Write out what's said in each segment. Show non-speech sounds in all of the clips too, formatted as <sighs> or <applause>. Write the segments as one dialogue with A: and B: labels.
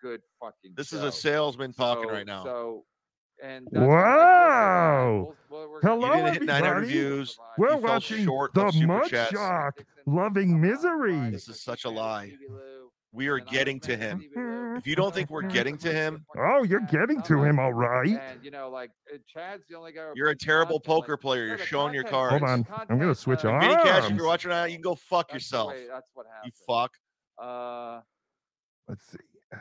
A: good fucking.
B: This
A: show.
B: is a salesman talking
A: So-
B: right now.
A: So, and that's what we're gonna do.
C: Wow.
A: We'll- we're
C: Hello,
A: gonna-
C: You didn't hit nine
A: everybody.
B: reviews.
C: We're
B: You fell
C: watching
B: short
C: the
B: of super chats.
C: Mudshark loving misery.
B: This is such a lie. We are getting to him. If you don't think we're getting to him,
C: Oh, you're getting to him, all right.
A: And you know, like uh, Chad's the only guy. who
B: you're a
A: puts
B: terrible
A: content, like,
B: poker player.
A: no,
B: You're
A: the
B: showing your
A: content-
B: cards.
C: Hold on.
A: the
C: I'm gonna
A: content,
C: switch
A: uh,
C: on.
B: Vinny Cash, if you're
C: Arms.
B: watching right now, you can go fuck
A: That's the
B: yourself.
A: way- that's what
B: You
A: happened.
B: fuck.
A: Uh,
C: Let's see. Uh,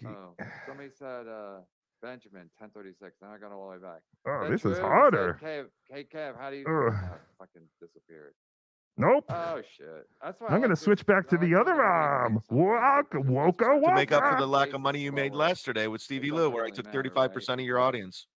C: Okay.
A: oh,
C: <sighs>
A: somebody said uh, Benjamin, 1036. Then I got all the way back.
C: Oh,
A: Then
C: this is
A: Drew said,
C: harder.
A: Kev, hey, Kev, how do you?
C: Ugh.
A: Ah, fucking disappeared.
C: Nope.
B: uh,
A: Oh shit. That's why I
C: I'm
A: like
C: gonna
A: this-
C: switch back to
A: I like
C: the
A: doing
C: other
A: random
C: arm.
A: things
C: Walk,
A: sometimes.
C: woke,
A: It's
B: To
A: just
B: make up for the
C: walk.
B: lack
A: bases
B: of money you made
A: forward.
B: yesterday with Stevie
A: doesn't
B: Lou, where I
A: really
B: took
A: matter, right?
B: 35% of your audience.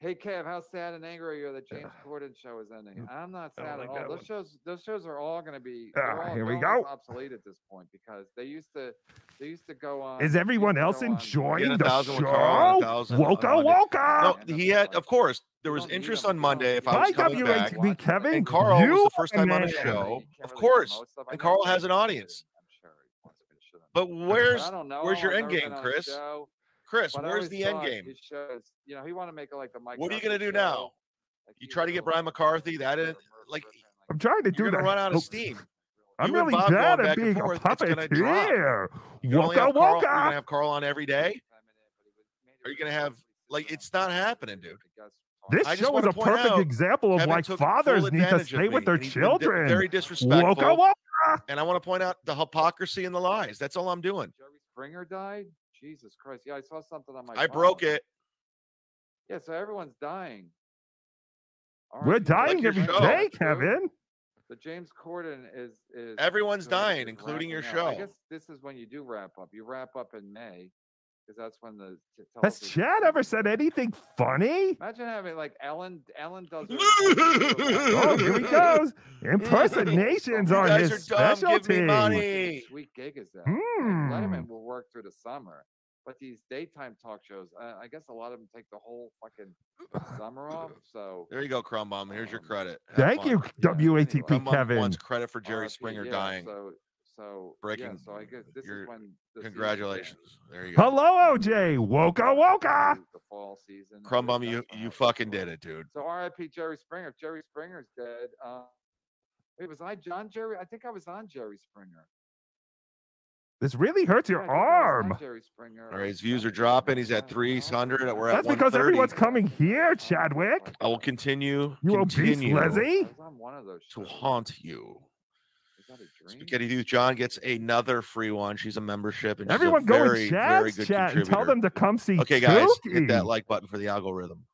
A: Hey Kev, how sad and angry are you that James Corden show is ending? I'm not
C: Mm, I
A: sad
C: don't
A: at
C: like
A: all.
C: that
A: Those
C: one.
A: shows, those shows are all going to be they're
C: Ah,
A: all-
C: here we
A: they're almost
C: go.
A: obsolete at this point because they used to they used to go on.
C: Is
A: they used
C: everyone
A: to
C: else
A: go on-
B: He had
C: enjoying
B: a
C: the
B: thousand with Carl and a
C: show?
B: thousand on
C: Woka,
B: Monday.
C: woka.
B: No,
A: Yeah,
B: he
A: that's
B: had,
A: like-
B: of course, there
A: You
B: was
A: don't need
B: interest
A: 'em.
B: on
A: You don't
B: Monday
A: need
B: if
A: 'em.
B: I was
C: By
B: coming back.
C: WHB Kevin,
B: And Carl was
C: you
B: the first
C: are
B: time on
C: mad.
B: his show.
A: You can't
B: Of
A: really do
B: course.
A: most stuff. I
B: And
A: know
B: Carl
A: James
B: has an
A: Corden
B: audience.
A: did, I'm sure he wants me to shit on him.
B: But
A: But
B: where's
A: I don't know
B: where's
A: him.
B: your
A: I've
B: end
A: never
B: game,
A: been on his
B: Chris?
A: show,
B: Chris?
A: but I
B: Where's
A: always
B: the end
A: thought
B: game?
A: his shows- you know, he want to make it like the Mike
B: What are you
A: Duffy
B: gonna do
A: show,
B: now?
A: like
B: You
A: he's
B: try to
A: gonna
B: get
A: look
B: Brian
A: at
B: McCarthy,
A: Murphy,
B: that
A: Murphy,
B: is-
A: Murphy,
B: like,
A: Murphy, like,
C: I'm trying to do
B: You're
C: that.
B: gonna run out
C: Oh,
B: of steam.
C: I'm
B: You and
C: really
B: Bob going
C: bad at
B: back and
C: being a
B: forth, it's gonna drop.
C: puppeteer.
B: You can only have
C: Wonka,
B: Carl- You're gonna
C: wonka.
B: have Carl on every day. Are you gonna have- like, it's not happening, dude.
C: This
B: I just
C: show is
B: wanna
C: a
B: point
C: perfect
B: out,
C: example of
B: Kevin
C: why
B: took
C: fathers
B: full
C: need to
B: advantage of
C: stay with
B: me,
C: their
B: and he's been di-
C: children.
B: Very disrespectful.
C: Woka, wonka.
B: And I want to point out the hypocrisy and the lies. That's all I'm doing.
A: Jerry Springer died. Jesus Christ! Yeah, I saw something on my.
B: I broke
A: phone.
B: it.
A: Yeah, so everyone's dying.
C: We're
A: RIP James
C: dying
B: Like oh, your
C: every
B: show.
C: day,
A: Corden, dude.
C: Kevin.
A: The James Corden is is
B: Everyone's
A: doing
B: dying,
A: is
B: including your
A: wrapping up. I
B: show.
A: guess this is when you do wrap up. You wrap up in May, because that's when the. t-
C: Has
A: television
C: Chad ever
A: season-
C: said anything funny?
A: Imagine having like Ellen. Ellen does. her
C: Oh,
A: impersonation
B: <laughs>
C: here he
A: of
C: goes. Impersonations
A: You
C: are
B: guys
C: his
B: are dumb. Give me
C: specialty.
A: Ellen.
B: money.
A: What Sweet gig is that? Mm.
C: Hmm.
A: Letterman will work through the summer, but these daytime talk shows, uh, I guess a lot of them take the whole fucking summer off. So
B: There you go, Crumb Bomb. Here's your
A: Um,
B: credit. Have
C: Thank
B: fun.
C: you,
A: Yeah, anyway.
C: WATP
B: Crumb Bomb
C: Kevin.
B: wants credit for Jerry
A: RIP,
B: Springer
A: Uh, yeah,
B: dying.
A: So, so Yeah,
B: Breaking-
A: so I guess this
B: you're-
A: is when. the season
B: Congratulations. There you go.
C: Hello, OJ. Woka,
A: begins,
C: woka.
A: to The fall season.
B: Crumb
A: I
B: Bomb,
A: guess
B: you
A: that's how
B: you
A: it
B: fucking
A: works.
B: did it, dude.
A: So R.I.P. Jerry Springer. If Jerry Springer's dead. Uh, wait, was I John Jerry? I think I was on Jerry Springer.
C: This really hurts
A: Yeah,
C: your
A: I think I was on
C: arm.
A: Jerry Springer.
B: All
A: or
B: right, his views are
A: something.
B: dropping. He's at
A: Yeah,
B: 300.
A: awesome.
B: We're at
C: That's because
B: 130.
C: everyone's coming here, Chadwick.
B: I will continue.
C: You obese
B: continue
C: Leslie.
A: I
C: See?
A: was on one of those
B: To
A: shows.
B: haunt you.
A: Is that a dream?
B: Spaghetti Youth John gets another free one. She's a membership, and she's a
C: Everyone go
B: very,
C: in Chad's
B: very good
C: chat and tell
B: contributor.
C: them to come see
B: Okay, guys, hit
C: Tukey.
B: that like button for the algorithm.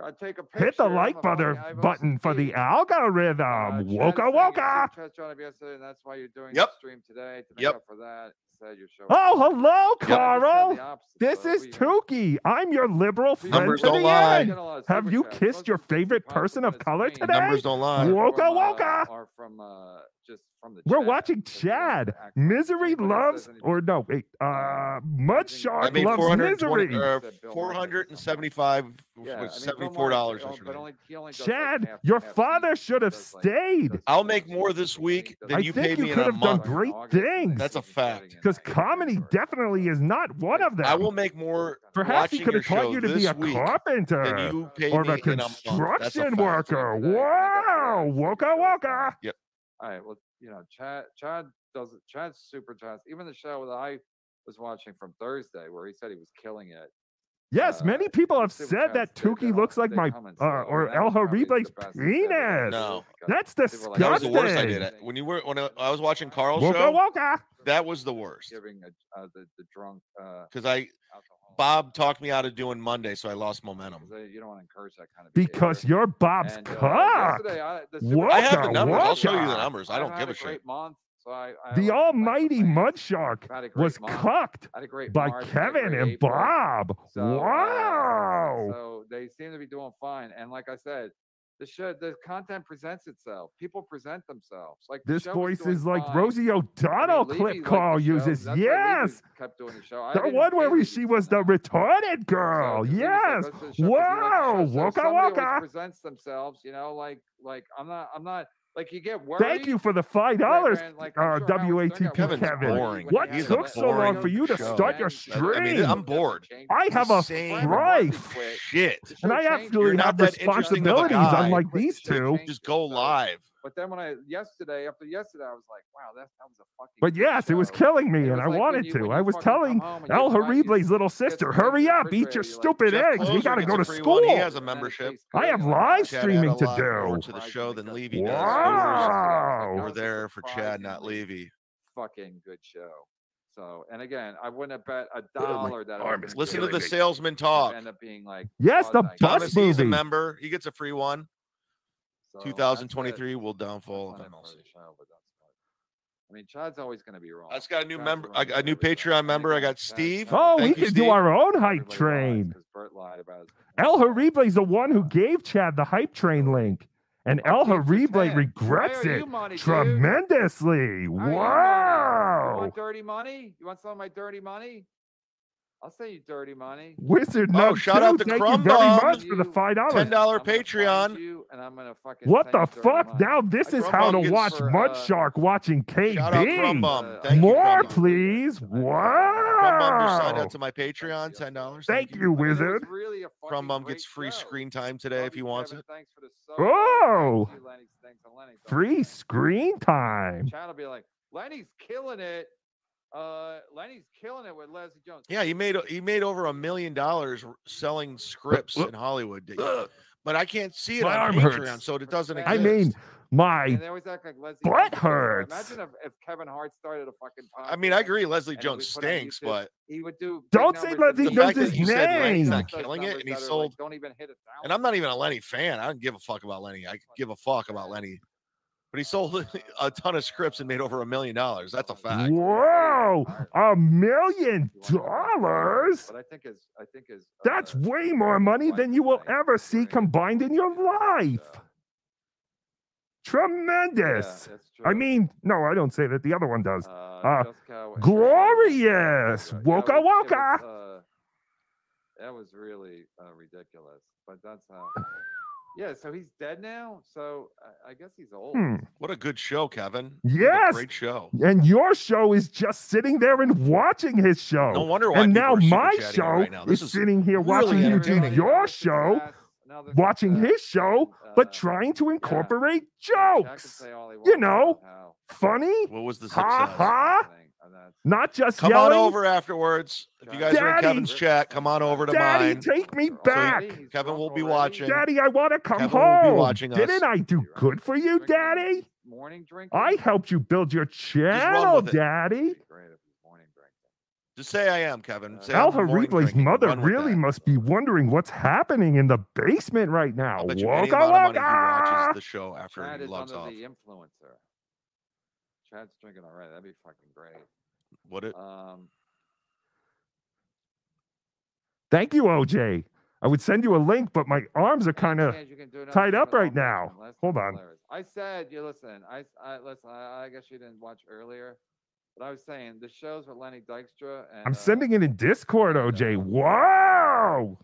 A: God, take a picture.
C: Hit the
A: I'm
C: like
A: a
C: button,
A: funny eyeball
C: button for the
A: sneak.
C: algorithm.
A: Uh, Chad
C: woka
A: said you
C: woka.
A: said Chad's trying to be yesterday, and that's why you're doing
B: Yep.
A: the stream today to make
B: Yep.
A: up for that. He Said your show.
C: Oh, hello,
A: Yeah, you said the
C: Carl.
A: opposite,
C: This
A: so
C: is
A: we-
C: Tukey. I'm your liberal
A: we-
C: friend
B: Numbers
C: to
B: don't
C: the
B: lie.
C: end.
A: Get a lot of
C: Have
A: super
C: you
A: chats.
C: kissed
A: Most
C: your
A: of the
C: favorite
A: people on
C: person
A: this
C: of color
A: screen
C: today?
B: Numbers don't
A: are
B: lie.
C: Wha- Woka
A: from, uh,
C: woka.
A: Are from uh, just from the.
C: We're
A: chat,
C: watching
A: if you want
C: Chad.
A: to act-
C: Misery
A: anybody that says
C: loves,
A: anything
C: or no, wait, uh, Mud
B: I
C: Shark
B: made
C: loves
B: 420,
C: misery.
B: uh,
A: Said Bill Murray or
B: 475
A: Yeah, I mean,
B: was
A: Bill
B: seventy-four
A: Maher's
B: dollars
A: on-
B: yesterday.
A: But only, he only does, like,
C: Chad,
A: half-
C: your
A: half
C: father
A: weeks.
C: should have
A: Does, like, he
C: stayed
A: does
B: I'll
A: four
B: make
A: weeks,
B: more
A: like,
B: this
A: I
B: week
A: think
B: than
A: that's
C: you
A: like-
C: paid me in a month. Great
A: August, I think
C: things.
B: That's a
A: he's getting
B: fact.
A: in
C: because
A: like
C: comedy
A: February.
C: definitely is not one of them.
B: I will make more.
C: Perhaps he
B: watching
C: could
B: your
C: have taught
B: show
C: you to
B: this
C: be a
B: week than
C: carpenter
B: you pay
C: or
B: me
C: a
B: in a month. That's a
C: construction
B: fact.
C: worker.
A: Today, I
C: Wow,
A: think that's
C: woka
A: where it's
C: woka.
A: All right. Well, you know, Chad, Chad does it. Chad's super Chad's. Even the show that I was watching from Thursday, where he said he was killing it.
C: Yes,
A: Uh,
C: many people have
A: see what
C: said
A: Chad
C: that
A: said, then
C: Tukey
A: I'll-
C: looks like
A: they
C: my
A: come and
C: uh,
A: say, "Oh,
C: or
A: that
C: El
A: was probably the
C: Haribe's
A: best thing I've ever
C: penis.
A: done."
B: No.
A: Because
C: That's
A: people are like,
B: That was the worst
A: Disgusting.
B: idea. When you were when I, I was watching Carl's
C: Woka
B: show,
C: woka.
B: that was the worst
A: uh, Giving a, uh, the, the drunk uh,
B: because I
A: alcohol.
B: Bob talked me out of doing Monday, so I lost momentum.
A: 'cause they- You don't want to encourage that kind of
C: Because
A: behavior.
C: you're Bob's
A: And, uh,
C: cock.
A: yesterday, I, the
C: What
B: I have the
C: Woka,
B: numbers. I'll show you the
C: woka.
B: numbers. I don't
A: I've
B: give
A: had
B: a shit.
A: Great month, so I, I like
C: The
A: to thank
C: almighty
A: fans.
C: mud shark
A: I've had a great
C: was
A: month.
C: cucked
A: I had a great
C: by
A: March, I had a
C: Kevin
A: great
C: and
A: April.
C: Bob.
A: So, uh,
C: Wow.
A: So they seem to be doing fine. And like I said, the show, the content presents itself. People present themselves. Like the
C: This
A: show
C: voice
A: doing
C: is like
A: fine.
C: Rosie
A: I mean,
C: O'Donnell
A: Levy
C: clip
A: liked the
C: Carl
A: show,
C: uses.
A: that's why Levy
C: Yes.
A: kept doing the show. I
C: The
A: didn't-
C: one where
A: Levy
C: we,
A: used
C: she
A: to
C: was
A: do
C: the
A: that.
C: retarded
A: So, 'cause
C: girl.
A: Levy was like, "Let's
C: Yes.
A: do the show," 'cause he liked the
C: Wow.
A: show. So
C: Woka
A: somebody always
C: woka.
A: Presents themselves, you know, like like I'm not I'm not Like you get worried.
C: Thank you for the five
A: that
C: dollars,
A: ran, like,
C: uh,
A: I'm sure Howard Stern got
C: WATP,
A: worried
C: Kevin.
B: Kevin's
A: when
B: boring.
A: he
C: What
A: had
B: took
A: that
B: so long
A: Orlando
C: for you to
A: show.
C: start your
B: I mean,
A: Doesn't
B: I'm bored.
A: change
C: I
A: it.
C: have a
A: Same.
B: Same.
C: life,
A: Quit.
B: Shit.
A: It should
C: and I
A: change it.
C: actually
A: You're
B: not
C: have
B: that interesting of a
C: responsibilities,
B: guy.
C: unlike
A: But it
C: these
A: should
C: two.
A: change
B: Just
A: it,
B: go
A: so-
B: live.
A: But then when I yesterday, after yesterday, I was like, wow, that, that was a fucking.
C: But
A: good
C: yes, it was
A: show.
C: killing me,
A: It
C: and
A: was
C: I
A: like when
C: wanted
A: you- when
C: to.
A: you
C: I was
A: fucking come
C: telling
A: home and
C: El
A: your wife is-
C: Harible's little sister,
A: your
C: "Hurry
A: friends
C: up, eat your
A: refrigerator, like,
C: stupid
A: Jeff
C: eggs. We
A: Closer
C: gotta
A: gets
C: go
A: a
C: to
B: free one. He
C: school."
B: has a
A: And then it
B: membership.
A: tastes
C: I
A: good,
C: have
A: and then
C: live
A: it's
B: Chad
A: like,
C: streaming
B: had a
C: to
B: lot
C: do.
B: more to the show than Levy does.
C: Wow.
B: We were there for Chad, not
A: Levy. <laughs>
B: Levy.
A: Fucking good show. So, and again, I wouldn't have bet a
C: Oh, my
A: dollar that. I
C: arm
A: was
C: is
A: gonna
B: Listen to
A: get
B: the
C: Really
A: it.
C: big.
B: salesman
A: It would
B: talk.
A: End up being like.
C: Yes, the
A: well, thank you.
C: bus
B: Thomas, he's a
C: movie.
B: member. He gets a free one.
A: So, that's it.
B: 2023 will downfall
A: That's
B: of
A: not a part
B: MLC.
A: of the show, but that's part. I mean, Chad's always going to be wrong.
B: I just got a new
A: Chad's
B: member.
A: wrong
B: I got a new
A: every time.
B: Patreon member. I
A: Again,
B: got
A: Chad-
B: Steve.
C: Oh, we
B: Thank you,
C: could do
B: Steve.
C: our own
A: everybody
C: hype
A: lies
C: train.
A: 'cause Bert lied about his-
C: El Harible's the one who gave Chad the hype train link, and
A: Well,
C: El
A: keep the
C: Harible
A: 10.
C: regrets
A: I owe you
C: it
A: money, dude.
C: tremendously.
A: I owe you money. You
C: Wow.
A: want dirty money? You want some of my dirty money? I'll send you dirty money.
C: Wizard,
B: Oh,
C: no,
B: shout out to
C: thank
B: Crumb
C: you very
B: Dog.
C: much for the five dollars.
B: Ten dollar
A: I'm gonna find
B: Patreon.
A: you, and I'm gonna fucking
C: What
A: send you
C: the
A: dirty
C: fuck?
A: money.
C: Now this is
A: Crumb
C: how to
B: Dog gets
C: watch
A: for,
C: Mud
A: uh,
C: Shark watching
B: Shout out Crumb
C: KB.
B: Bum.
A: Uh,
B: Thank you,
C: More,
B: Crumb Bum.
C: please.
A: Crumb Bum
B: Crumb Bum just signed
C: Wow.
B: up to my Patreon. Ten dollars.
C: Ah. Thank you,
A: I mean, it was
C: Wizard.
A: Really a fucking
B: Crumb Bum
A: great
B: gets free
A: show.
B: screen time
A: Love
B: today if
A: you,
B: he wants
A: Kevin.
B: it.
A: Thanks for the sub.
C: Oh.
A: Thank you, Lennox. Thanks to Lennox. I'll
C: Free
A: thank
C: screen time.
A: Chad will be like, Lenny's killing it. Uh, Lenny's killing it with Leslie Jones.
B: Yeah, he made he made over a million dollars r- selling scripts
C: look.
B: in Hollywood. did you? But I can't see it
C: My
B: on
C: arm
B: Patreon,
C: hurts.
B: so it doesn't
A: I
B: exist.
C: I mean, my
A: And they always act like Leslie
C: butt
A: Jones is killer.
C: hurts.
A: Imagine if, if Kevin Hart started a fucking podcast.
B: I mean, I agree. Leslie
A: And we
B: Jones
A: put on
B: stinks,
A: YouTube
B: but
A: He would do. big
C: Don't say
A: numbers
C: Leslie
A: and
B: Jones'
A: numbers and
B: name. The fact that you said Lenny's
A: those
B: not killing it,
A: numbers
B: and he
A: that are, like,
B: sold-
A: don't even hit a thousand.
B: and I'm not even a Lenny fan. I don't give a fuck about Lenny. I give a fuck about Lenny. But he sold <laughs> a ton of scripts and made over a million dollars. That's a fact.
C: Whoa, a million
A: You wanna know?
C: dollars?
A: But I think is I think is uh,
C: That's way more money than you will ever see combined in your life. Tremendous. I mean, no, I don't say that. The other one does.
A: Uh,
C: Uh,
A: Jessica and Jessica
C: glorious.
A: Waka
C: Waka waka.
A: uh, that was really uh, ridiculous, but that's how. <sighs> Yeah, so he's dead now. So I, I guess he's old.
C: Hmm.
B: What a good show, Kevin. What a
C: Yes.
B: great show.
C: And your show is just sitting there and watching his show.
B: No wonder why.
C: Oh, and
B: people
C: now
B: are super
C: my
B: chatty
C: show
B: right now. This
C: is,
B: is
C: sitting here
B: really
C: watching you do
B: entertaining.
C: your show, watching
A: Uh,
C: his show, but
A: trying
C: trying to incorporate jokes.
A: You
C: know? Funny,
B: what was the success?
C: Ha ha. not just
B: Come on
C: yelling.
B: over afterwards. If you guys are in
C: Daddy.
B: Kevin's chat, come on over to
C: Daddy,
B: mine.
C: take me back.
B: Kevin will be watching.
C: Daddy, I want to come
B: Kevin will
C: home.
B: be watching us.
C: Didn't I do good for you, Daddy?
A: Morning drink.
C: I helped you build your channel,
B: with it.
C: Daddy.
B: Just say I am, Kevin. Say
C: Al
B: I'm morning
C: Harible's
B: drinking.
C: mother
B: Run with
C: really
B: that.
C: must be wondering what's happening in the basement right now.
B: I'll bet you any
C: Waka
B: amount of money he
C: waka.
B: watches the show after
A: Chad
B: he
A: is
B: logs
A: under
B: off.
A: the influencer. Chad's drinking already. That'd be fucking great.
B: What it?
A: Um,
C: Thank you, OJ. I would send you a link, but my arms are kind of.
A: Chad, you can do another
C: tied
A: thing
C: up
A: with
C: right
A: Elvis
C: now.
A: Duran. That's
C: Hold
A: not
C: on.
A: hilarious. I said, you listen. I, s- I- listen. I, I guess you didn't watch earlier, but I was saying the shows with Lenny Dykstra and
C: I'm
A: uh,
C: sending it in Discord, OJ.
A: uh,
C: Wow.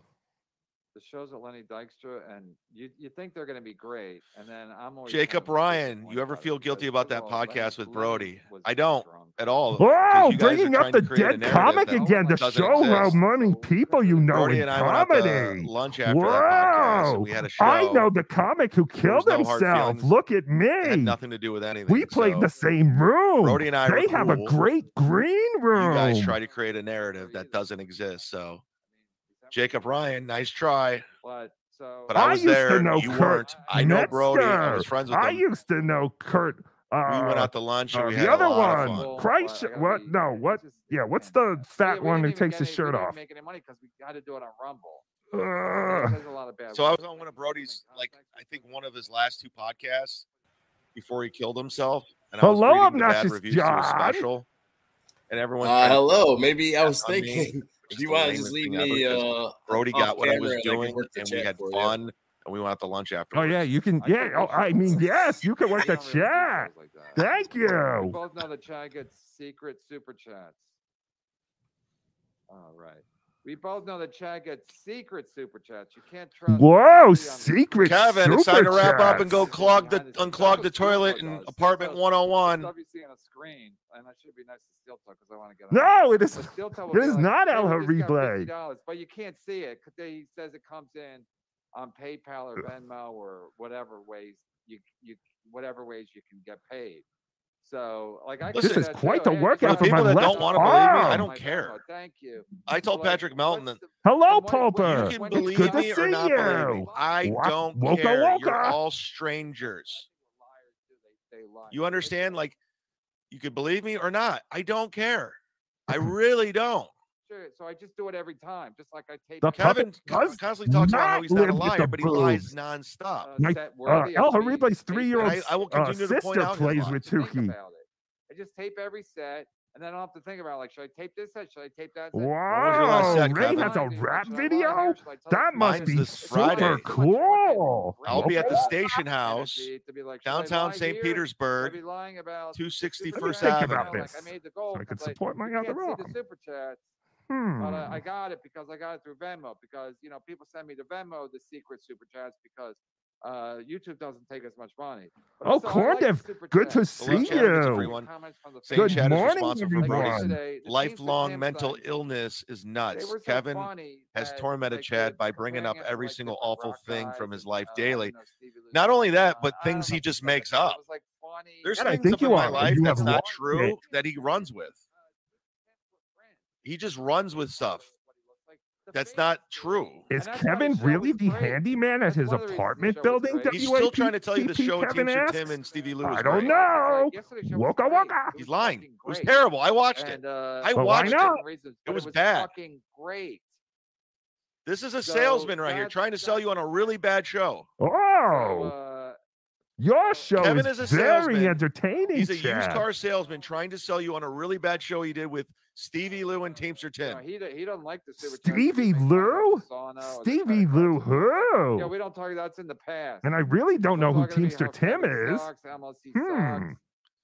A: the shows with Lenny Dykstra, and you you think they're going to be great, and then I'm always
B: Jacob
A: kind of
B: Ryan,
A: disappointed
B: you ever
A: by them
B: feel
A: because,
B: guilty about
A: first of
B: that
A: all, Lenny-
B: podcast with
A: Lenny
B: Brody?
A: was
B: I don't
A: drunk.
B: at all. 'cause
C: Wow,
B: you guys are
C: bringing
B: trying
C: up
B: to
C: the
B: create a
C: dead
B: narrative
C: comic
B: that
C: again to
B: doesn't
C: show how
B: exist.
C: many people you know
B: Brody
C: in
B: and I went out to
C: comedy.
B: lunch after that podcast, and we had a show.
C: I know the comic who killed
B: no hard
C: himself.
B: feelings.
C: Look at
B: It had
C: me.
B: nothing to do with anything.
C: We played
B: so
C: the same room.
B: Brody and I.
C: they
B: were
C: have a
B: cool.
C: great green room.
B: You guys try to create a narrative that doesn't exist. So Jacob Ryan, nice try.
A: But so
B: But I
C: I
B: was
C: used to
B: there.
C: know
B: you
C: Kurt
B: weren't. I know Brody. I
C: Metzger.
B: was friends with
C: I
B: him.
C: used to know Kurt. Uh,
B: we went out to lunch and
C: uh,
B: we
C: the
B: had
C: other
B: a lot
C: one.
B: of fun.
A: Well,
C: Christ-
A: but I gotta
C: what-
A: be-
C: no,
A: it's
C: what-
A: just-
C: yeah,
A: it's
C: what's
A: kinda-
C: the fat
A: Yeah, we
C: one
A: didn't
C: who
A: even
C: takes
A: get
C: his
A: any-
C: shirt
A: we didn't
C: off?
A: Make any money because we got to do it on Rumble.
C: Ugh.
A: There's a lot of bad
B: So I
A: words.
B: was on one of Brody's, like I think one of his last two podcasts before he killed himself. And I was
C: Hello,
B: reading the bad
C: Obnoxious
B: reviews to his
C: John.
B: special, and everyone.
D: Uh, hello. Maybe I
B: Yeah,
D: was
B: I mean, <laughs>
D: thinking.
B: It's
D: Do you
B: the
D: want to
B: lamest
D: just leave
B: thing ever,
D: me?
B: 'cause
D: Uh,
B: Brody
D: off
B: got what I
D: camera
B: was
D: and I can
B: doing,
D: work the
B: and we
D: chat
B: had
D: for you.
B: fun, and we went out to lunch after.
C: <laughs> Oh yeah, you can.
A: I
C: Yeah,
A: think we
C: oh,
A: should
C: I
B: <laughs>
C: mean,
A: put-
C: yes, you can
A: We
C: work the
A: don't really do
C: chat.
A: shows like that.
C: Thank
A: We
C: you.
A: both know that Chad gets secret super chats. All right. We both know that Chad gets secret super chats. You can't trust.
C: Whoa,
A: anybody on the-
C: secret
B: Kevin, it's time to
C: super
B: wrap up and
C: chats.
B: go clog the
A: Behind the scenes.
B: unclog the
A: That's what
B: toilet
A: Steel
B: in
A: Toe does.
B: apartment
A: Steel Toe-
B: 101.
A: Stuff you see on a screen, and that should be nice to Steel Toe because I want to get. on.
C: No, it is.
A: But Steel Toe will
C: It
A: be
C: is
A: like,
C: not
A: "Hey, we
C: Al
A: just got
C: Replay.
A: $50," But you can't see it because he says it comes in on PayPal or Venmo or whatever ways you you whatever ways you can get paid. So like I. could
B: This
A: do
B: is
A: that
C: quite
A: too.
C: the
A: Hey, I just
C: workout
A: got
B: for people
A: $50
B: that don't
A: on
B: wanna
A: my
C: believe me, I
A: Venmo.
B: don't
A: My
B: care.
A: Venmo, Thank you.
B: I tell
A: Like,
B: Patrick
A: what's
B: Melton that
A: the-
C: Hello,
A: What- what-
C: Pauper.
B: you can
A: It's
B: believe
C: good to
B: me or
C: see
B: not believe me.
C: you.
B: I
C: Wa-
B: don't
C: woka
B: care. You're
C: woka.
B: all strangers. You understand? Like, you could believe me or not. I don't care.
C: <laughs>
B: I really don't.
A: Sure, So I just do it every time, just like I tape.
C: The
A: it.
B: Kevin
C: Puppet
B: co-
C: does
B: constantly talks about how
C: not
B: he's not
C: live
B: a
C: with
B: liar,
C: the
B: but he lies
C: boobs.
B: nonstop.
A: uh,
C: My-
A: set
C: Uh,
A: worthy, I
C: El
A: just tape-
C: Haribe's
A: tape
C: three year old
A: every
B: I- I will
A: set,
B: continue to point
C: Uh, sister
B: out his
C: plays
B: lies.
C: with
A: think
C: Tukey.
A: about it. I just tape every set, and then I don't have to think about like, should I tape this set? Should I tape that set?
B: last
C: Wow,
B: set,
C: Ray
B: Kevin?
C: has a
A: Should I
C: rap
A: line
C: video.
A: here? Should I tell
C: That
A: the client?
C: must
B: Mine's
C: be
B: this
C: super
B: Friday.
C: cool.
B: I'll be at the
A: Okay.
B: station house
A: Energy to be like, should I
B: downtown
A: lie
B: St.
A: here? Should I be
B: Petersburg,
A: lying about super
B: 261st
A: chats?
C: think
A: You know,
B: Avenue.
C: about
A: like,
C: this
A: I made the goal.
C: I can
A: 'cause, like,
C: support my
A: you
C: other
A: can't see the
C: arm.
A: super chats. But uh, I
C: Hmm.
A: got it because I got it through Venmo because you know people send me the Venmo the secret super chats because uh, YouTube doesn't take as much money. But
C: Oh,
A: also, I like the
C: Cornev,
A: super
C: good to
A: chats.
C: see
B: Hello, Chad, it's a
C: you.
B: free one.
A: Comments from the
B: St.
A: fans.
C: Good
B: Chad
C: morning,
B: is responsible for
A: Like
C: everyone.
B: Brody's
A: yesterday, the teams that
B: lifelong
A: Sam's
B: mental
A: done,
B: illness is
A: they
B: nuts.
A: were so
B: Kevin
A: funny
B: has
A: that,
B: tormented
A: like, they
B: Chad
A: were
B: by bringing
A: comparing
B: up
A: him to,
B: every
A: like,
B: single
A: different
B: awful
A: rock
B: thing
A: guys
B: from his
A: and,
B: life
A: uh, I
B: daily.
A: don't know, Stevie Lee
B: Not only
A: Wonder,
B: that,
A: uh,
B: but
A: I don't
B: things
A: know
B: he
A: if
B: just
A: it's like-
B: makes
A: it
B: up.
A: was, like, funny.
B: There's
C: And I
B: things
C: think
B: up in
C: you
B: my
C: are, but
B: life
C: you
B: that's
C: have
B: not
C: watched
B: true
C: it.
B: that he runs with. He just runs with stuff. That's not true.
A: And
C: Is
A: that's why the
C: Kevin
A: show
C: really
A: was
C: the
A: great.
C: handyman at
A: That's
C: his
A: one of the reasons the
C: apartment
A: show was
C: building?
A: great.
B: He's still trying to tell you the
C: WAPP,
B: show with
C: Kevin
B: Teamster
C: asks?
B: Tim and Stevie Lou.
C: I
B: is
C: don't
B: great.
C: know.
A: Like,
C: know.
A: yesterday's show was
C: Waka
A: great.
C: waka.
A: It was
B: He's lying. It
A: fucking
B: was
A: great.
B: terrible. I watched it.
A: And, uh,
B: I
A: for
B: watched
A: different
B: it.
A: reasons,
B: It
A: but
B: was bad.
A: Fucking great.
B: This is a
A: so
B: salesman right here
A: that's-
B: trying to sell you on a really bad show.
A: So,
C: Oh,
A: uh,
C: your show
B: Kevin
C: is,
B: is a
C: very
B: salesman.
C: entertaining.
B: He's a used
C: Chad.
B: car salesman trying to sell you on a really bad show he did with Stevie Lou and Teamster
A: no,
B: Tim.
A: he do- he doesn't like the super
C: Stevie Lou? Stevie Lou who?
A: Yeah, we don't talk. That's in the past.
C: and I really don't know
A: We're
C: who
A: talking about
C: Teamster
A: how
C: Tim
A: Kevin
C: is.
A: sucks, MLC
C: Hmm.
A: sucks.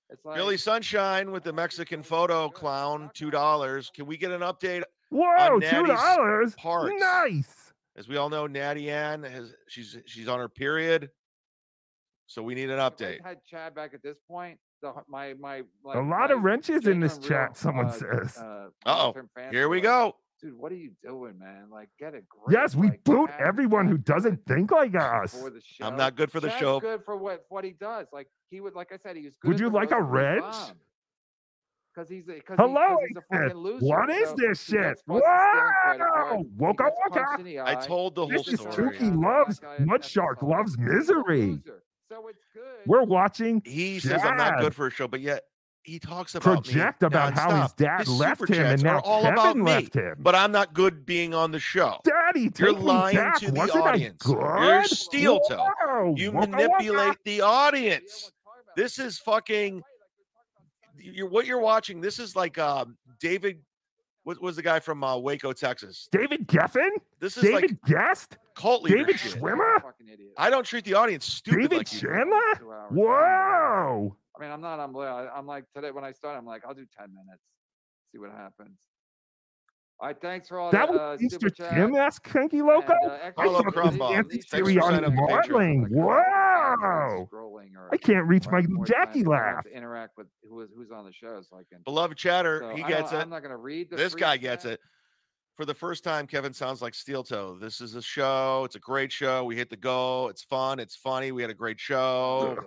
A: It's like,
B: Billy Sunshine with the Mexican photo clown, two dollars. Can we get an update?
C: Whoa,
B: Natty's
C: two dollars.
B: parts.
C: Nice.
B: As we all know, Natty Ann has she's she's on her period, so we need
A: if
B: an
A: I
B: update.
A: Had Chad back at this point. The, my my like,
C: A lot of
A: my
C: wrenches in
A: genuine
C: this
A: real,
C: chat. Someone
A: uh,
C: says.
A: Uh,
B: Uh-oh,
A: long-term fans
B: Here
A: were
B: we
A: like,
B: go.
A: Dude, what are you doing, man? Like, get a grip.
C: Yes, we
A: like,
C: boot
A: Chad is
C: everyone who
A: not good <laughs>
C: doesn't think like us.
A: for the show.
B: I'm not good for the
A: Chad's
B: show.
A: Good for what what he does. Like he would, like I said, he was good.
C: Would you like a wrench?
A: Because he's a because
C: Hello,
A: he's a
C: Ethan.
A: fucking loser.
C: What is
A: so
C: this
A: he gets
C: shit?
A: busted stealing credit card,
C: Wow!
A: he
C: Woka
A: gets
C: woka.
A: punched in the
B: I
A: eye,
B: told the
A: he
B: whole
A: gets
C: This is
B: story.
A: turned down
C: Tukey
A: by
C: loves-
A: that guy at
C: Mud
A: Netflix
C: Shark
A: on
C: loves
A: Netflix. He's a
C: misery.
A: loser. So it's good.
C: We're watching
B: He says I'm not
C: Chad.
B: good for a show, but yet he talks about me
C: project about how his
B: nonstop.
C: dad
B: His
C: left
B: super
C: him
B: chats
C: and
B: are
C: now
B: all
C: Kevin
B: about me.
C: left him.
B: But I'm not good being on the show.
C: Daddy, take
B: You're
C: me
B: lying
C: back.
B: to the
C: Wasn't
B: audience.
C: I good?
B: You're steel toe.
C: Whoa,
B: You
C: woka woka.
B: manipulate the
A: Yeah,
B: audience.
A: we're talking about
B: This
A: it.
B: is fucking. You're, what you're watching. This is like um, David. What was the guy from uh, Waco, Texas?
C: David Geffen?
B: This is like
C: David Guest?
B: cult
C: David
B: leadership.
A: You're a
C: Schwimmer?
A: fucking idiot.
B: I don't treat the audience stupid
C: David
B: like you. do.
C: Schwimmer? Chandler?
A: Two hours, ten hours.
C: Whoa.
A: I mean, I'm not. I'm. li- I- I'm like today when I start, I'm like, I'll do ten minutes, see what happens. All right, thanks for all
C: That
A: the uh,
C: was
A: super
C: Mr.
A: chat.
C: Tim asked Kinky
A: and,
C: Loco?
A: uh, extra
B: Hello,
A: credit
B: Crumbum.
A: for
B: Anthony
A: these things.
B: Sirianni
A: Like, I'm
C: modeling.
A: like, I'm
C: Wow.
A: Scrolling or
C: I can't reach
A: or
C: my
A: more time
C: Jackie
A: to kind of
C: laugh.
A: Interact with who is who's on the show, so I can.
B: Beloved chatter,
A: So
B: he
A: I
B: gets
A: don't-
B: it.
A: I'm not gonna read the
B: This
A: free
B: guy gets
A: chat.
B: it. For the first time, Kevin sounds like Steel Toe. This is a show. It's a great show. We hit the goal. It's fun. It's funny. We had a great show.
A: Ugh.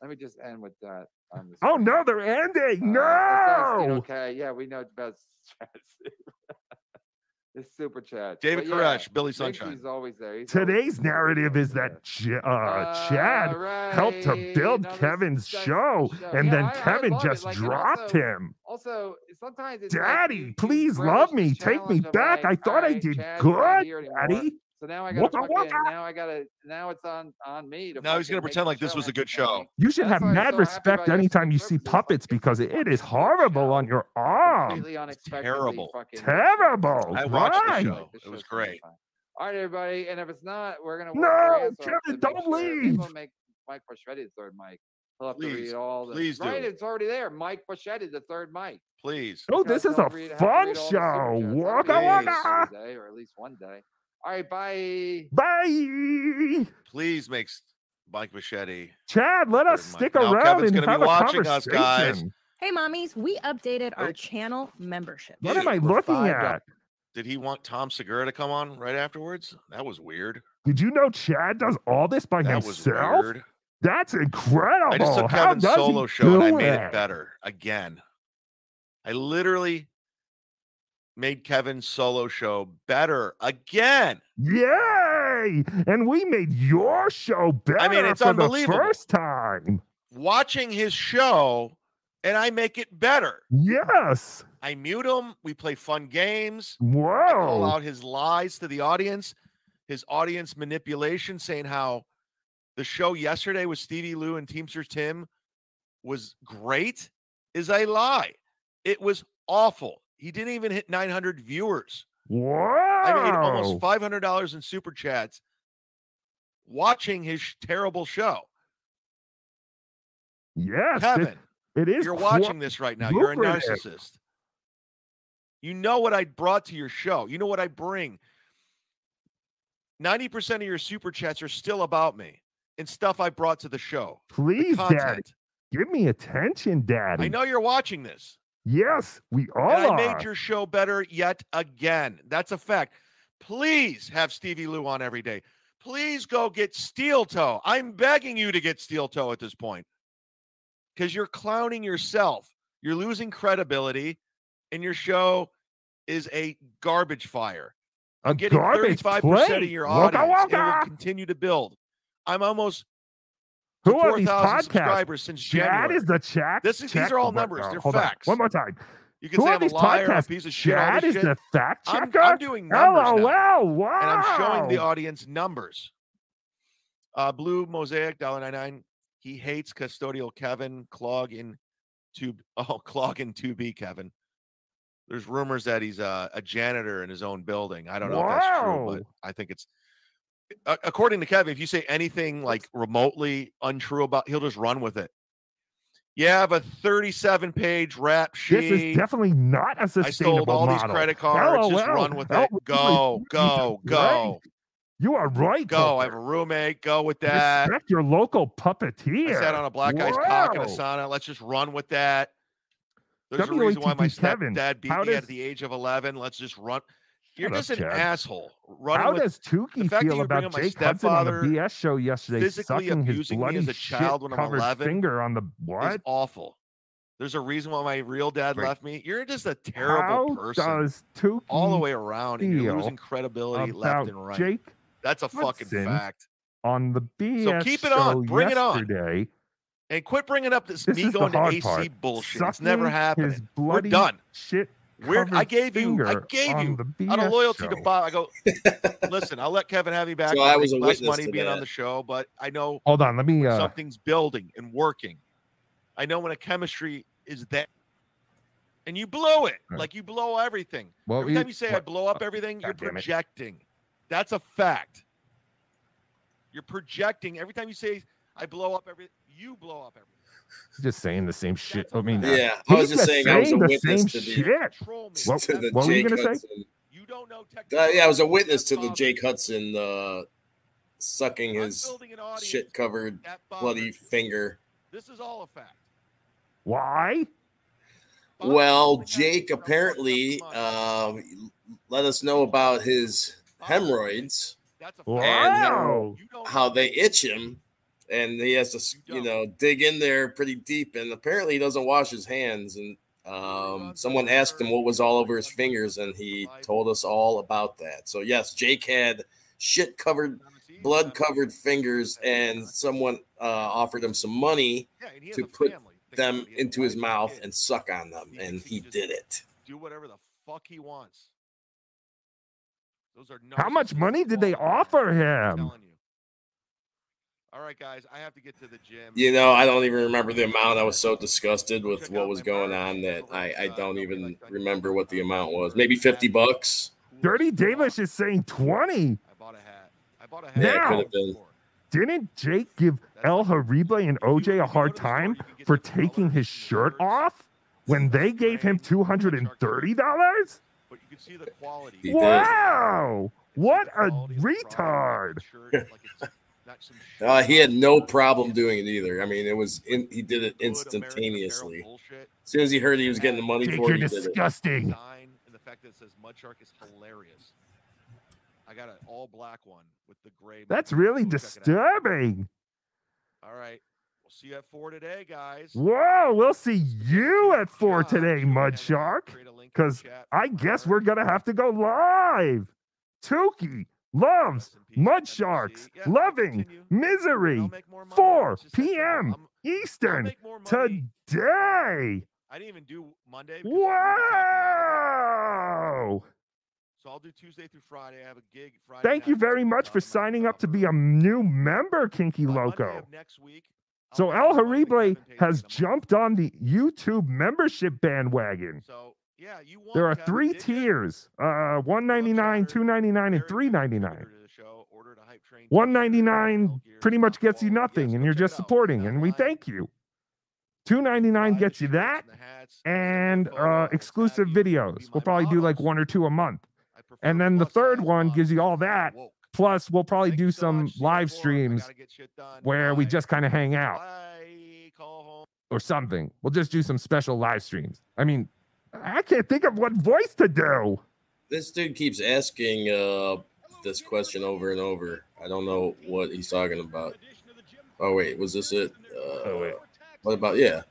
A: Let me just end with that. on the
C: Oh
A: screen.
C: no, they're
A: Uh,
C: ending.
A: but thanks, Dean,
C: No.
A: Okay, yeah, we know it's about <laughs> it's super chat.
B: David
A: but
B: Koresh, Billy
A: Bixby's
B: Sunshine.
A: always there. He's always- he's
C: Today's
A: always
C: narrative
A: there.
C: is that J- uh,
A: All
C: Chad helped to
A: right,
C: build
A: another
C: Kevin's
A: success
C: show,
A: show.
C: and
A: Yeah,
C: then
A: I- I
C: Kevin
A: love it,
C: just
A: like, and
C: dropped
A: also-
C: him.
A: Also, sometimes it's like you-
C: Daddy,
A: you
C: please
A: relish
C: love
A: the
C: me. Take me
A: challenge of,
C: back.
A: like,
C: I thought I
A: alright,
C: did
A: Chad's not
C: good,
A: here anymore,
C: Daddy.
A: So now I got
C: Waka, waka.
A: now I gotta now it's on on me. To
B: Now he's
A: fucking
B: gonna
A: make
B: pretend
A: the
B: like this was a good show.
A: entertaining.
C: You should
A: That's
C: have
A: why I'm
C: mad
A: so happy
C: respect
A: about
C: anytime you see
A: yesterday's episode,
C: puppets
A: because it's
C: because it is
A: fucking
C: horrible on your arm.
A: completely unexpectedly
B: terrible.
A: fucking
C: Oh,
A: <laughs>
C: Terrible.
B: I watched the
C: Right.
B: show. It
A: show's
B: was
A: gonna be
B: great.
A: fine. All right, everybody. And if it's not, we're gonna
C: No,
A: work your ass off
C: Kevin,
A: to make
C: don't
A: sure- maybe we'll
C: leave.
A: Make Mike Pashetti the third mic. He'll have to
B: Please,
A: read all the.
B: please
A: Right,
B: do.
A: it's already there. Mike Buschetti, the third Mike.
B: Please.
C: Oh,
A: Gotta
C: this is
A: tell
C: a
A: Reed to have to
C: fun
A: read all the
C: show.
A: super chats. That'll
C: Waka
A: be
B: Yes.
C: waka.
A: one Day, or at least one day. All right, bye.
C: Bye.
B: Please make s- Mike Machete.
C: Chad, let us
B: Mike.
C: stick
B: Now,
C: around
B: Kevin's
C: and
B: gonna be
C: have a
B: watching us, guys.
C: conversation.
D: Hey, mommies, we updated
B: Oh.
D: our channel membership.
C: What
B: Dude,
C: am I
B: we're
C: looking
B: five
C: at?
B: up. Did he want Tom Segura to come on right afterwards? That was weird.
C: Did you know Chad does all this by
B: That was
C: himself?
B: weird.
C: That's incredible.
B: I just took
C: How
B: Kevin's
C: does he
B: solo show and I
C: do
B: made
C: that?
B: it better again. I literally made Kevin's solo show better again.
C: Yay! And we made your show better.
B: it's
C: for
B: unbelievable.
C: The first time.
B: Watching his show and I make it better.
C: Yes.
B: I mute him. We play fun games. I call
C: Whoa.
B: out his lies to the audience, his audience manipulation, saying how the show yesterday with Stevie Lou and Teamster Tim was great is a lie. It was awful. He didn't even hit 900 viewers.
C: Whoa.
B: I made
C: Oh.
B: almost $500 in super chats watching his sh- terrible show.
C: yes. it-
B: Kevin,
C: it is
B: you're
C: qu-
B: watching this right now. You're a
C: lucrative.
B: narcissist. You know what I brought to your show. You know what I bring. 90% of your super chats are still about me and stuff I brought to the show. The
C: Please, Daddy.
B: content.
C: Give me attention, Daddy.
B: I know you're watching this.
C: Yes, we all
B: And I
C: are.
B: made your show better yet again. That's a fact. Please have Stevie Lou on every day. Please go get Steel Toe. I'm begging you to get Steel Toe at this point because you're clowning yourself. You're losing credibility, and your show is a garbage fire.
C: a
B: I'm getting
C: garbage
B: 35%
C: plate.
B: of your audience.
C: Waka,
B: and It will
C: waka.
B: continue to build. I'm almost to
C: Who are these
B: 4,000
C: podcasts?
B: subscribers since
C: Chad
B: January.
C: is the chat.
B: This is- these
C: check-
B: are all
C: what-
B: numbers.
C: uh,
B: They're
C: hold on.
B: facts.
C: One more time.
B: you can
C: who
B: say
C: are
B: I'm a
C: these
B: liar, a
C: podcasts?
B: piece of shit. all
C: Chad
B: this
C: is
B: shit.
C: the fact
B: I'm,
C: checker.
B: I'm doing numbers now.
C: LOL.
B: and
C: Wow.
B: I'm showing the audience numbers. Uh, Blue Mosaic dollar ninety nine. He hates custodial Kevin Clog in two. <laughs> Oh, Clog in two B Kevin. There's rumors that he's a, a janitor in his own building. I don't know if that's true, but
C: Wow.
B: I think it's. a- According to Kevin, if you say anything like remotely untrue about, he'll just run with it. Yeah, I have a 37 page rap sheet.
C: This is definitely not a
B: I
C: sustainable
B: sold all
C: model.
B: these credit cards. Just
C: LOL.
B: run with
C: That
B: it.
C: was really
B: Go,
C: sweet.
B: go,
C: That's
B: go,
C: You are right.
B: go. I have
C: Coulter.
B: a roommate. Go with that.
C: Respect your local
B: I
C: puppeteer.
B: sat on a black guy's cock in a
C: Wow.
B: sauna. Let's just run with that. There's a reason why my
C: WATP Kevin,
B: stepdad beat
C: how
B: me at
C: does-
B: the age of 11. Let's just run. You're
C: Shut up,
B: just an
C: Chad.
B: asshole. Running
C: How
B: <laughs> with
C: does Tukey
B: fact that
C: feel
B: you bring
C: about
B: up my
C: Jake Hudson on the
B: stepfather
C: BS show yesterday,
B: physically
C: sucking his
B: abusing me
C: bloody
B: as a child when I'm
C: shit-covered
B: 11
C: finger on the
B: is
C: what?
B: awful. There's a reason why my real dad
C: Right.
B: left me. You're just a terrible
C: How
B: person
C: does Tukey
B: all the way around. And you're
C: feel
B: losing credibility
C: about
B: left and right.
C: Jake
B: That's a fucking
C: Hudson?
B: fact.
C: on the BS
B: keep it
C: show
B: on. Bring it on.
C: yesterday,
B: And quit bringing up this,
C: This
B: me
C: is the
B: going to
C: hard
B: AC
C: part.
B: bullshit. It's never
C: sucking
B: happening.
C: His
B: We're
C: bloody
B: done.
C: Shit.
B: We're, I
C: covered
B: gave you, I
C: finger
B: gave
C: on
B: you
C: the
B: out of
C: BS
B: loyalty to
C: show.
B: Bob. I
C: <laughs>
B: go, listen, I'll let Kevin have you back.
E: So
B: I'll
E: I was
B: make
E: a
B: less
E: witness
B: money
E: to
B: being on
E: that.
B: the show, but I know
C: Hold on, let me. Uh,
B: something's building and working. I know when a chemistry is there. And you blow it,
C: Right.
B: like you blow everything.
C: what were
B: Every time you say I
C: what-
B: blow up everything, you're
C: God damn it.
B: projecting. That's a fact. You're projecting. Every time you say I blow up everything, you blow up everything.
C: just saying the same shit.
B: That's
C: I mean,
B: a
C: uh,
B: fact.
E: Yeah, I was
C: he's
E: just saying I was
C: saying
E: a
C: the same
E: witness to the,
C: shit.
B: Control me.
C: What-
E: <laughs> to the
B: That's
C: what were you
E: Jake
C: gonna say?
E: Hudson.
B: You don't know
E: Uh,
B: technology.
E: yeah, I was a witness
B: That
E: to the
B: bothers
E: Jake
B: me.
E: Hudson uh, sucking
B: I'm
E: his
B: building an audience
E: shit covered
B: that
E: bloody
B: bothers you.
E: finger.
B: This is all a fact.
C: Why?
B: Bob
E: Well,
B: Dylan has
E: Jake
B: been a part of
E: apparently
B: mine.
E: uh, let us know about his
B: Bob Dylan,
E: hemorrhoids,
B: That's a fact.
C: Wow.
B: You don't
E: how they itch him, and he has to, you know, dig in there pretty deep. And apparently, he doesn't wash his hands. And um, someone asked him what was all over his fingers, and he told us all about that. So, yes, Jake had shit covered blood covered fingers and someone uh, offered him some money
B: Yeah, and he has
E: to
B: a
E: put
B: family. Think about
E: them
B: it. He has a
E: into his
B: wife and
E: mouth
B: kids.
E: and suck on them and he did it
B: do whatever the fuck he wants. Those are
C: How much
B: narcissistic
C: money did they
B: walking
C: offer
B: around, I'm
C: him?
B: telling you. All right, guys, I have to get to the gym.
E: you know i don't even remember the amount i was so disgusted with what was going on that i, uh, I don't even remember what the amount was maybe 50 bucks
B: Cool
C: Dirty
B: as
C: Davis
B: fuck.
C: is saying 20.
B: I bought a hat. I bought a hat.
C: Yeah, it
B: for
E: could've been.
B: four.
C: Didn't Jake give El Haribe and OJ a hard time for taking his shirt off when they gave him two hundred and thirty dollars?
B: But you can see the quality.
E: He did.
C: Wow! What
B: The
C: a
B: quality of the product,
C: retard!
B: the shirt, like
C: <laughs>
B: it's not some shit.
E: <laughs> Uh, he had no problem doing it either. I mean, it was in, he did it
B: Good American apparel
E: instantaneously.
B: bullshit.
E: As soon as he heard he was getting the money
C: Jake,
E: for
C: you're
E: it, he did it.
C: disgusting.
B: Design and the fact that it says Mudshark is hilarious. I got an all black one with the gray.
C: That's
B: motif.
C: really
B: Go check it out.
C: disturbing.
B: All right. We'll see you at four today, guys.
C: Whoa! We'll see you at four
B: Josh,
C: today,
B: go ahead
C: Mud
B: and
C: Shark.
B: create a link in the
C: 'cause
B: chat
C: I
B: for
C: guess
B: her.
C: we're gonna have to go live. Tukey loves
B: Rest in peace,
C: Mud
B: FMC.
C: Sharks,
B: Yeah, we'll
C: loving
B: continue. I'll
C: misery,
B: make more money.
C: 4
B: It's just that, you know,
C: p.m.
B: I'm- I'll
C: Eastern
B: make more money.
C: today.
B: I didn't even do Monday. because we were talking about it.
C: Wow!
B: So I'll do Tuesday through Friday. I have a gig Friday.
C: Thank you very much for signing up to be a new member, Kinky Loco.
B: Next week. I'll
C: So
B: be
C: El
B: on the Kevin
C: Harible
B: Pacey in
C: has
B: the morning.
C: jumped on the YouTube membership bandwagon.
B: So yeah, you won,
C: There are
B: Kevin,
C: three
B: did ya?
C: tiers: uh, one ninety nine,
B: Shatter,
C: two ninety nine, and
B: Very
C: three
B: good
C: ninety nine.
B: contributor to the show, ordered a hype train t-shirt,
C: One ninety
B: Metal
C: nine
B: Gear,
C: pretty much
B: Top
C: gets you
B: Wall.
C: nothing,
B: Yes,
C: and
B: go
C: you're
B: check
C: just
B: it out.
C: supporting,
B: That
C: and we
B: line,
C: thank you. Two ninety nine
B: buy the
C: gets you
B: shirts
C: that,
B: and the hats, send me
C: and
B: a photo,
C: uh,
B: it's
C: exclusive
B: savvy, you can be
C: videos. We'll
B: my
C: probably do like
B: models.
C: one or two a month,
B: I prefer
C: and then the
B: plus
C: third
B: size
C: one gives you all
B: models, I'm
C: that.
B: woke.
C: Plus, we'll probably
B: Thank
C: do
B: you so
C: some
B: much, see you at
C: live
B: four. I
C: streams
B: gotta get shit done.
C: where we
B: Bye.
C: just kind of hang out
B: Bye. Call home.
C: or something. We'll just do some special live streams. I mean, I can't think of what voice to do.
E: This dude keeps asking uh, this question over and over. I don't know what he's talking about. Oh wait, was this it? Uh,
C: Oh, wait.
E: What about yeah?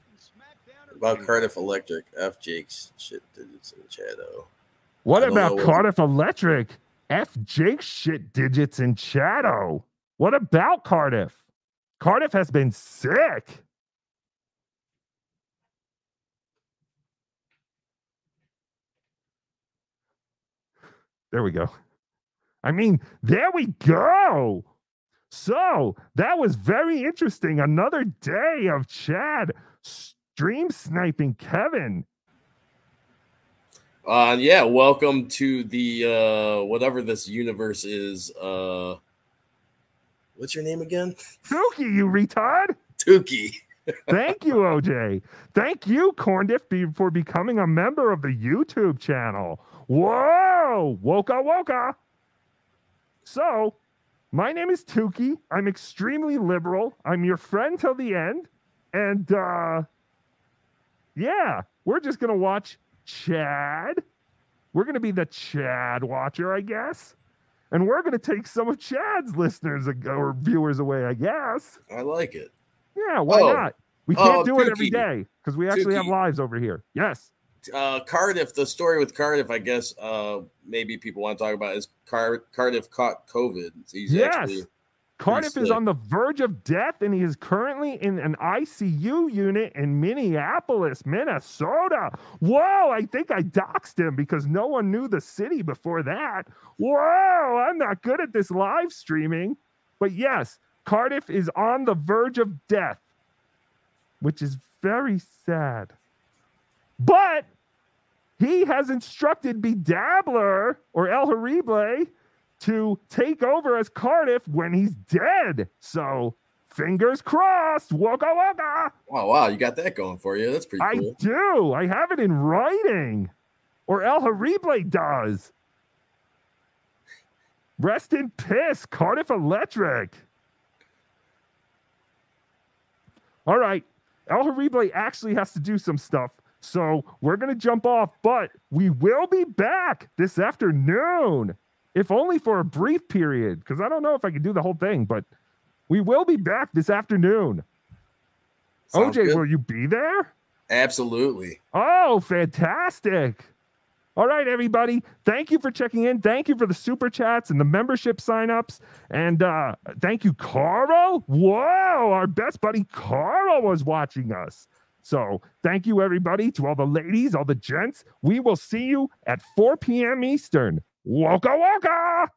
E: About Cardiff Electric. F Jake's shit did it's in the chat though.
C: What
E: I don't know
C: about
E: what-
C: Cardiff Electric? F Jake shit digits in shadow. What about Cardiff? Cardiff has been sick. There we go. I mean, there we go. So that was very interesting. Another day of Chad stream sniping Kevin.
E: Uh, yeah, welcome to the uh, whatever this universe is. Uh, what's your name again? <laughs>
C: Dookie, you retard.
E: Tukey.
C: Thank you, OJ. Thank you, Corndiff, be- for becoming a member of the YouTube channel. Whoa, woka woka. So, my name is Tukey. I'm extremely liberal. I'm your friend till the end. And uh yeah, we're just gonna watch Chad. We're gonna be the Chad watcher, I guess. And we're gonna take some of Chad's listeners ag- or viewers away, I guess.
E: I like it.
C: Yeah, why
E: Oh.
C: not? We
E: Oh,
C: can't do it every
E: Tukey.
C: day because we actually have
E: Tukey.
C: lives over here. Yes.
E: uh, Cardiff, the story with Cardiff, I guess uh, maybe people want to talk about is Car- Cardiff caught COVID. He's
C: Yes.
E: actually
C: Cardiff is
E: sick.
C: on the verge of death and he is currently in an ICU unit in Minneapolis, Minnesota. Whoa, I think I doxed him because no one knew the city before that. Whoa, I'm not good at this live streaming. But yes, Cardiff is on the verge of death, which is very sad. But he has instructed Bedabbler or El Harible to take over as Cardiff when he's dead. So fingers crossed. Waka waka.
E: wow, wow, you got that going for you. That's pretty
C: I
E: cool.
C: do. I have it in writing. Or El Harible does. Rest in piss, Cardiff Electric. All right. El Harible actually has to do some stuff. So we're going to jump off, but we will be back this afternoon, if only for a brief period, because I don't know if I can do the whole thing, but we will be back this afternoon.
E: Sounds
C: OJ,
E: good.
C: will you be there?
E: Absolutely.
C: Oh, fantastic. All right, everybody. Thank you for checking in. Thank you for the super chats and the membership signups. And uh, thank you, Carl. Whoa, our best buddy Carl was watching us. So thank you, everybody, to all the ladies, all the gents. We will see you at 4 p.m. Eastern. Waka waka.